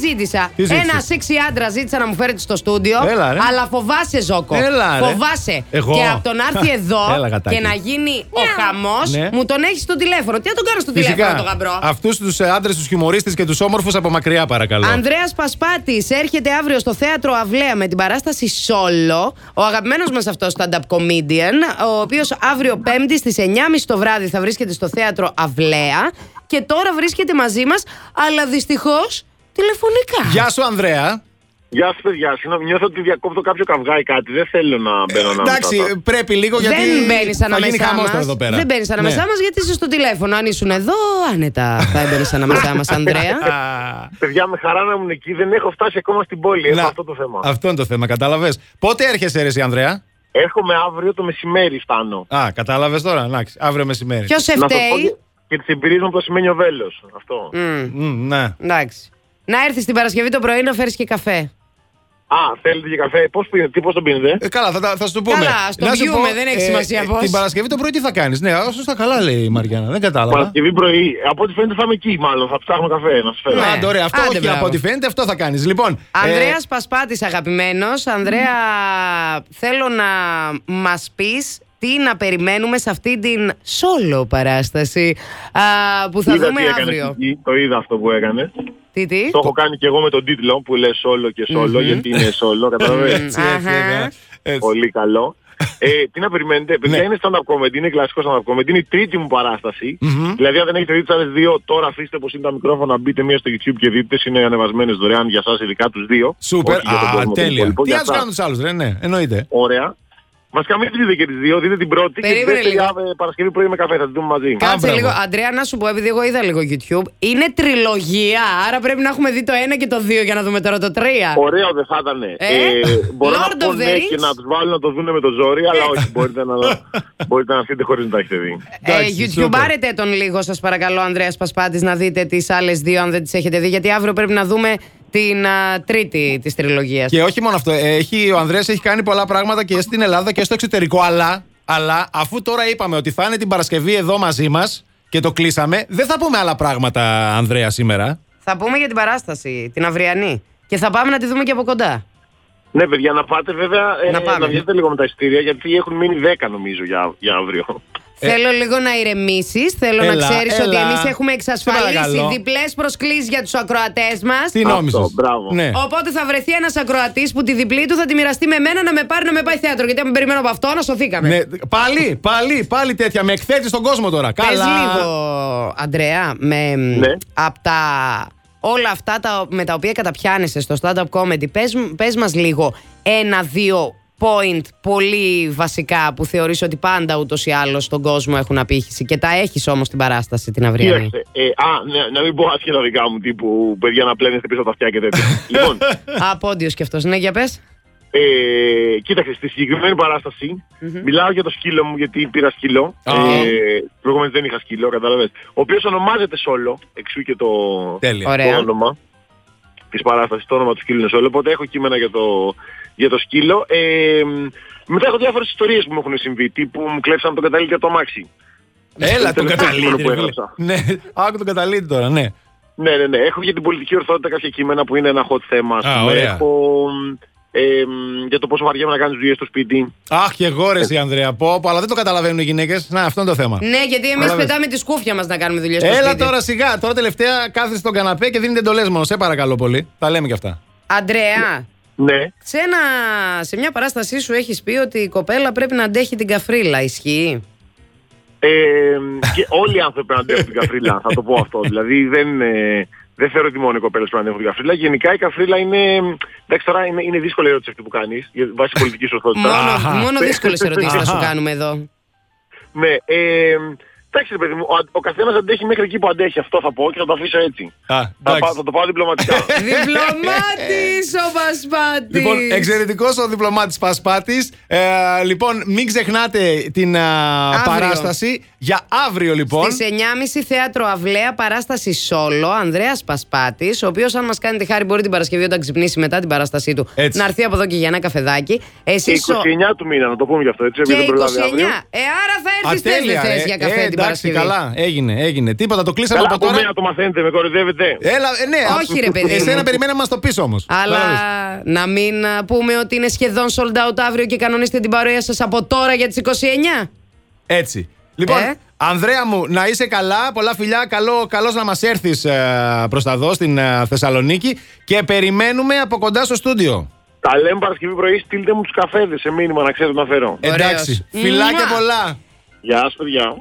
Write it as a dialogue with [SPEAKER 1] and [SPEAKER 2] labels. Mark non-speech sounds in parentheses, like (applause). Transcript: [SPEAKER 1] ζήτησα.
[SPEAKER 2] Τι ζήτησες?
[SPEAKER 1] Ένα σεξι άντρα ζήτησα να μου φέρετε στο στούντιο.
[SPEAKER 2] Έλα, ρε.
[SPEAKER 1] Αλλά φοβάσαι, Ζόκο.
[SPEAKER 2] Έλα, ρε.
[SPEAKER 1] φοβάσαι.
[SPEAKER 2] Εγώ.
[SPEAKER 1] Και από τον άρθει εδώ
[SPEAKER 2] (laughs) Έλα, γατάκι.
[SPEAKER 1] και να γίνει ο χαμός,
[SPEAKER 2] Ναι.
[SPEAKER 1] μου τον έχεις στο τηλέφωνο. Τι να τον κάνω στο τηλέφωνο, τον γαμπρό.
[SPEAKER 2] Αυτούς τους άντρες, τους χιουμορίστε και τους όμορφους από μακριά, παρακαλώ.
[SPEAKER 1] Ανδρέας Πασπάτης έρχεται αύριο στο θέατρο Αυλαία με την παράσταση Solo. Ο αγαπημένος μας αυτός stand-up comedian, ο οποίος αύριο Πέμπτη στις 9.30 το βράδυ θα βρίσκεται στο θέατρο Αυλαία και τώρα βρίσκεται μαζί μας, αλλά δυστυχώς τηλεφωνικά.
[SPEAKER 2] Γεια σου, Ανδρέα.
[SPEAKER 3] Γεια σα, παιδιά. Συγγνώμη, νιώθω ότι διακόπτω κάποιο καυγά ή κάτι. Δεν θέλω να μπαίνω να
[SPEAKER 2] Εντάξει,
[SPEAKER 3] μισθώ.
[SPEAKER 2] πρέπει λίγο γιατί.
[SPEAKER 1] Δεν μπαίνεις
[SPEAKER 2] θα γίνει
[SPEAKER 1] ανάμεσά
[SPEAKER 2] χαμός τώρα
[SPEAKER 1] μας.
[SPEAKER 2] εδώ πέρα.
[SPEAKER 1] Δεν μπαίνεις ανάμεσά
[SPEAKER 2] Ναι.
[SPEAKER 1] μας γιατί είσαι στο τηλέφωνο. Αν ήσουν εδώ, άνετα θα έμπαινες ανάμεσά
[SPEAKER 2] (laughs)
[SPEAKER 1] μας,
[SPEAKER 3] Ε,
[SPEAKER 1] Ανδρέα.
[SPEAKER 2] Α,
[SPEAKER 3] Παιδιά, με χαρά να ήμουν εκεί. Δεν έχω φτάσει ακόμα στην πόλη.
[SPEAKER 2] ε, να-
[SPEAKER 3] Έχω αυτό το θέμα.
[SPEAKER 2] Αυτό είναι το θέμα, κατάλαβες. Πότε έρχεσαι, Ρε, εσύ, Ανδρέα.
[SPEAKER 3] Έρχομαι αύριο το μεσημέρι, φτάνω.
[SPEAKER 2] Α, κατάλαβες τώρα, εντάξει, αύριο μεσημέρι.
[SPEAKER 1] Ποιος σε
[SPEAKER 3] Να το πω
[SPEAKER 1] φταίει.
[SPEAKER 3] και- και τις εμπειρίε μου από το σημαίνει ο βέλος. Αυτό.
[SPEAKER 1] Μμ,
[SPEAKER 2] Μμ, ναι.
[SPEAKER 1] Εντάξει. Να έρθεις την Παρασκευή το πρωί να φέρεις και καφέ.
[SPEAKER 3] Α, θέλετε και καφέ. Πώς πίνετε, τι, πώς τον πίνετε.
[SPEAKER 2] Ε, καλά, θα, τα- θα σου το πούμε.
[SPEAKER 1] Καλά, στο
[SPEAKER 2] Να σου ε,
[SPEAKER 1] πιούμε, δεν έχει σημασία πώς.
[SPEAKER 2] Την Παρασκευή το πρωί τι θα κάνεις. Ναι, όσο στα καλά λέει η Μαριάννα, δεν κατάλαβα.
[SPEAKER 3] Παρασκευή πρωί. Από ό,τι φαίνεται θα είμαι εκεί, μάλλον. Θα ψάχνω καφέ να σας φέρω.
[SPEAKER 1] Ναι.
[SPEAKER 2] Άντε, ωραία, αυτό
[SPEAKER 1] Άντε,
[SPEAKER 2] όχι,
[SPEAKER 1] μπράβο.
[SPEAKER 2] από ό,τι φαίνεται αυτό θα κάνεις. Λοιπόν, ε,
[SPEAKER 1] Ανδρέας Πασπάτης αγαπημένος. Ανδρέα, θέλω να μας πεις τι να περιμένουμε σε αυτή την solo παράσταση α, που θα
[SPEAKER 3] Είδα
[SPEAKER 1] δούμε
[SPEAKER 3] τι έκανες
[SPEAKER 1] αύριο. Ε,
[SPEAKER 3] εκεί, Το είδα αυτό που έκανε.
[SPEAKER 1] Τι, τι.
[SPEAKER 3] Το έχω κάνει και εγώ με τον τίτλο που λες solo και solo, γιατί είναι solo, καταλαβαίνετε.
[SPEAKER 2] έτσι, έτσι,
[SPEAKER 1] Αχα.
[SPEAKER 2] έτσι, έτσι.
[SPEAKER 3] Πολύ καλό. Ε, τι να περιμένετε, παιδιά
[SPEAKER 2] Ναι.
[SPEAKER 3] είναι stand-up comedy, είναι κλασικό stand-up comedy, είναι η τρίτη μου παράσταση. Δηλαδή, αν δεν έχετε δει τις άλλες δύο, τώρα αφήστε πως είναι τα μικρόφωνα, μπείτε μία στο YouTube και δείτε, είναι ανεβασμένες δωρεάν για εσά, ειδικά τους δύο.
[SPEAKER 2] Σούπερ.
[SPEAKER 3] Όχι για τον
[SPEAKER 2] Α,
[SPEAKER 3] κόσμο, τον
[SPEAKER 2] τέλεια.
[SPEAKER 3] υπόλοιπο,
[SPEAKER 2] Τι
[SPEAKER 3] για
[SPEAKER 2] να τους
[SPEAKER 3] εσάς.
[SPEAKER 2] κάνουν τους άλλους, ρε, ναι, εννοείται.
[SPEAKER 3] Ωραία. Βασικά μην τις δείτε και τις δύο, δείτε την πρώτη και την
[SPEAKER 1] Περίμενε
[SPEAKER 3] δεύτερη
[SPEAKER 1] λίγο.
[SPEAKER 3] άβε- Παρασκευή πρωί με καφέ, θα τη δούμε μαζί.
[SPEAKER 2] Κα-
[SPEAKER 1] Κάτσε
[SPEAKER 2] μπράβο.
[SPEAKER 1] λίγο. Αντρέα, να σου πω, επειδή εγώ είδα λίγο YouTube, είναι τριλογία. Άρα πρέπει να έχουμε δει το ένα και το δύο για να δούμε τώρα το τρία.
[SPEAKER 3] Ωραίο δεν θα ήταν. Ε, μπορώ
[SPEAKER 1] Lord
[SPEAKER 3] να πω
[SPEAKER 1] of the
[SPEAKER 3] ναι και
[SPEAKER 1] Rings.
[SPEAKER 3] να τους βάλω να το δουν με το ζόρι, αλλά όχι, μπορείτε
[SPEAKER 1] (laughs)
[SPEAKER 3] να, μπορείτε να αφήνετε χωρίς να τα έχετε δει.
[SPEAKER 1] Ε,
[SPEAKER 2] Εντάξει,
[SPEAKER 1] YouTube
[SPEAKER 2] super.
[SPEAKER 1] άρετε τον λίγο, σας παρακαλώ, Ανδρέας Πασπάτης, να δείτε τις άλλες δύο, αν δεν τις έχετε δει. Γιατί αύριο πρέπει να δούμε την α, τρίτη της τριλογίας.
[SPEAKER 2] Και όχι μόνο αυτό. ε, Έχει, ο Ανδρέας έχει κάνει πολλά πράγματα και στην Ελλάδα και στο εξωτερικό. Αλλά, αλλά αφού τώρα είπαμε ότι θα είναι την Παρασκευή εδώ μαζί μας και το κλείσαμε, δεν θα πούμε άλλα πράγματα, Ανδρέα, σήμερα.
[SPEAKER 1] Θα πούμε για την παράσταση, την αυριανή. Και θα πάμε να τη δούμε και από κοντά.
[SPEAKER 3] Ναι, παιδιά, να πάτε βέβαια.
[SPEAKER 1] Να
[SPEAKER 3] ε, Να,
[SPEAKER 1] πάμε.
[SPEAKER 3] βγείτε λίγο με τα ειστήρια γιατί έχουν μείνει 10 νομίζω για, για αύριο.
[SPEAKER 1] Θέλω λίγο να ηρεμήσεις. Θέλω να
[SPEAKER 2] Ε- Έλα,
[SPEAKER 1] ξέρεις
[SPEAKER 2] έλα.
[SPEAKER 1] ότι εμείς έχουμε
[SPEAKER 2] Σε παρακαλώ.
[SPEAKER 1] εξασφαλίσει διπλές προσκλήσεις για τους ακροατές μας.
[SPEAKER 2] Τι
[SPEAKER 3] Αυτό,
[SPEAKER 2] νόμιζες.
[SPEAKER 3] μπράβο.
[SPEAKER 2] Ναι.
[SPEAKER 1] Οπότε θα βρεθεί ένας ακροατής που τη διπλή του θα τη μοιραστεί με μένα να με πάρει να με πάει θέατρο. Γιατί αν περιμένω από αυτό, να σωθήκαμε.
[SPEAKER 2] Ναι, πάλι, πάλι, πάλι τέτοια. Με εκθέτεις στον κόσμο τώρα.
[SPEAKER 1] Πες
[SPEAKER 2] Καλά.
[SPEAKER 1] λίγο, Αντρέα, με,
[SPEAKER 3] Ναι.
[SPEAKER 1] από τα, όλα αυτά τα, με τα οποία καταπιάνεσαι στο stand-up comedy, πες, μ- πες μας λίγο ένα-δύο point πολύ βασικά που θεωρείς ότι πάντα ούτως ή άλλως στον κόσμο έχουν απήχηση και τα έχεις όμως την παράσταση την αυριανή.
[SPEAKER 3] Κοίταξε. Ε, α, ναι, να μην πω άσχετα δικά μου τύπου παιδιά να πλένεστε πίσω από τα αυτιά και τέτοια. λοιπόν,
[SPEAKER 1] Απόντιος και αυτός, ναι για πες.
[SPEAKER 3] ε, κοίταξε, στη συγκεκριμένη παράσταση, μιλάω για το σκύλο μου γιατί πήρα σκύλο.
[SPEAKER 2] Α.
[SPEAKER 3] Ε, Προηγουμένως δεν είχα σκύλο, καταλαβαίνεις. Ο οποίος ονομάζεται Σόλο, εξού και το,
[SPEAKER 2] Τέλεια.
[SPEAKER 1] Ωραία.
[SPEAKER 3] το όνομα της παράστασης, το όνομα του σκύλου είναι Σόλο. Οπότε έχω κείμενα για το, για το σκύλο. Ε, μετά έχω διάφορες ιστορίες που μου έχουν συμβεί, τύπου μου κλέψαν τον καταλήτη από το αμάξι.
[SPEAKER 2] Έλα τον
[SPEAKER 3] Τελευταίο
[SPEAKER 2] καταλήτη.
[SPEAKER 3] που
[SPEAKER 2] ρε φίλε.
[SPEAKER 3] έγραψα.
[SPEAKER 2] Ναι, άκου τον καταλήτη τώρα, ναι.
[SPEAKER 3] Ναι, ναι, ναι. Έχω για την πολιτική ορθότητα κάποια κείμενα που είναι ένα hot θέμα. ας
[SPEAKER 2] Α,
[SPEAKER 3] πούμε.
[SPEAKER 2] ωραία.
[SPEAKER 3] Έχω ε, μ, για το πόσο βαριέμαι να κάνεις δουλειές στο σπίτι.
[SPEAKER 2] Αχ, και εγώ ρε,
[SPEAKER 3] Ε.
[SPEAKER 2] εσύ, Ανδρέα. Πω, πω, αλλά δεν το καταλαβαίνουν οι γυναίκες. Να, αυτό είναι το θέμα.
[SPEAKER 1] Ναι, γιατί εμείς
[SPEAKER 2] Κατάλαβες.
[SPEAKER 1] πετάμε τη σκούφια μας να κάνουμε δουλειές στο
[SPEAKER 2] Έλα
[SPEAKER 1] σπίτι.
[SPEAKER 2] τώρα σιγά. Τώρα τελευταία κάθεσαι στον καναπέ και δίνετε εντολέ μόνο. Σε παρακαλώ πολύ. Τα λέμε κι αυτά.
[SPEAKER 1] Αντρέα,
[SPEAKER 3] Ναι.
[SPEAKER 1] σε, ένα, σε μια παράστασή σου έχεις πει ότι η κοπέλα πρέπει να αντέχει την καφρίλα, ισχύει.
[SPEAKER 3] Ε, μ, και όλοι οι άνθρωποι πρέπει να αντέχουν την καφρίλα, θα το πω αυτό. Δηλαδή δεν, ε, δεν θεωρώ ότι μόνο οι κοπέλες πρέπει να αντέχουν την καφρίλα. Γενικά η καφρίλα είναι... μ, Εντάξει τώρα είναι, είναι δύσκολη ερώτηση αυτή που κάνεις, για- βάσει πολιτικής ορθότητας.
[SPEAKER 1] Μόνο,
[SPEAKER 2] Αχα.
[SPEAKER 1] μόνο δύσκολες ερωτήσεις θα σου
[SPEAKER 2] Αχα.
[SPEAKER 1] κάνουμε
[SPEAKER 2] (laughs)
[SPEAKER 1] εδώ.
[SPEAKER 3] ναι. Ε, μ, Εντάξει, ρε παιδί μου, ο, ο καθένας αντέχει μέχρι εκεί που αντέχει. Αυτό θα πω και θα το αφήσω έτσι.
[SPEAKER 2] Α,
[SPEAKER 3] Θα,
[SPEAKER 2] εντάξει. Ε,
[SPEAKER 3] πάω- θα το πάω
[SPEAKER 2] (laughs)
[SPEAKER 3] διπλωματικά.
[SPEAKER 1] Διπλωμάτης ο Πασπάτης.
[SPEAKER 2] Λοιπόν, εξαιρετικός ο διπλωμάτης Πασπάτης. Ε, λοιπόν, μην ξεχνάτε την α, παράσταση. Για αύριο λοιπόν.
[SPEAKER 1] Στις 9.30 θέατρο Αυλαία, παράσταση Σόλο, Ανδρέας Πασπάτης, ο οποίος, αν μας κάνει τη χάρη, μπορεί την Παρασκευή όταν ξυπνήσει μετά την παράστασή του
[SPEAKER 2] Έτσι.
[SPEAKER 1] να έρθει από εδώ και για ένα καφεδάκι. Εσύ
[SPEAKER 3] Και 29 του μήνα, να το πούμε γι' αυτό, έτσι,
[SPEAKER 1] Και
[SPEAKER 3] επειδή
[SPEAKER 1] 29.
[SPEAKER 3] δεν προλάβει αύριο.
[SPEAKER 1] Ε, άρα θα έρθεις θες δεν
[SPEAKER 2] Ατέλεια,
[SPEAKER 1] θες για καφέ
[SPEAKER 2] ε,
[SPEAKER 1] την
[SPEAKER 2] εντάξει,
[SPEAKER 1] Παρασκευή.
[SPEAKER 2] καλά. Έγινε, έγινε. Τίποτα, το κλείσαμε
[SPEAKER 3] Καλά,
[SPEAKER 2] από
[SPEAKER 3] από
[SPEAKER 2] τώρα.
[SPEAKER 3] μένα το μαθαίνετε, με κοροϊδεύετε.
[SPEAKER 2] Έλα, ε, ναι.
[SPEAKER 1] Όχι, ρε, παιδί μου.
[SPEAKER 2] Εσένα περιμέναμε να το πεις όμως.
[SPEAKER 1] Αλλά να μην α, πούμε ότι είναι σχεδόν sold out αύριο και κανονίστε την παρέα σας από τώρα για τις 29.
[SPEAKER 2] Έτσι. Λοιπόν,
[SPEAKER 1] Ε.
[SPEAKER 2] Ανδρέα μου, να είσαι καλά. Πολλά φιλιά. Καλό καλώς να μας έρθεις ε, προς τα εδώ στην ε, Θεσσαλονίκη και περιμένουμε από κοντά στο στούντιο.
[SPEAKER 3] Τα λέμε Παρασκευή πρωί,
[SPEAKER 2] Ε.
[SPEAKER 3] στείλτε μου τους καφέδες σε μήνυμα να ξέρω τι να φέρω.
[SPEAKER 1] Ωραίος.
[SPEAKER 2] Εντάξει. Φιλά και
[SPEAKER 1] Μουα.
[SPEAKER 2] πολλά.
[SPEAKER 3] Γεια σας, παιδιά.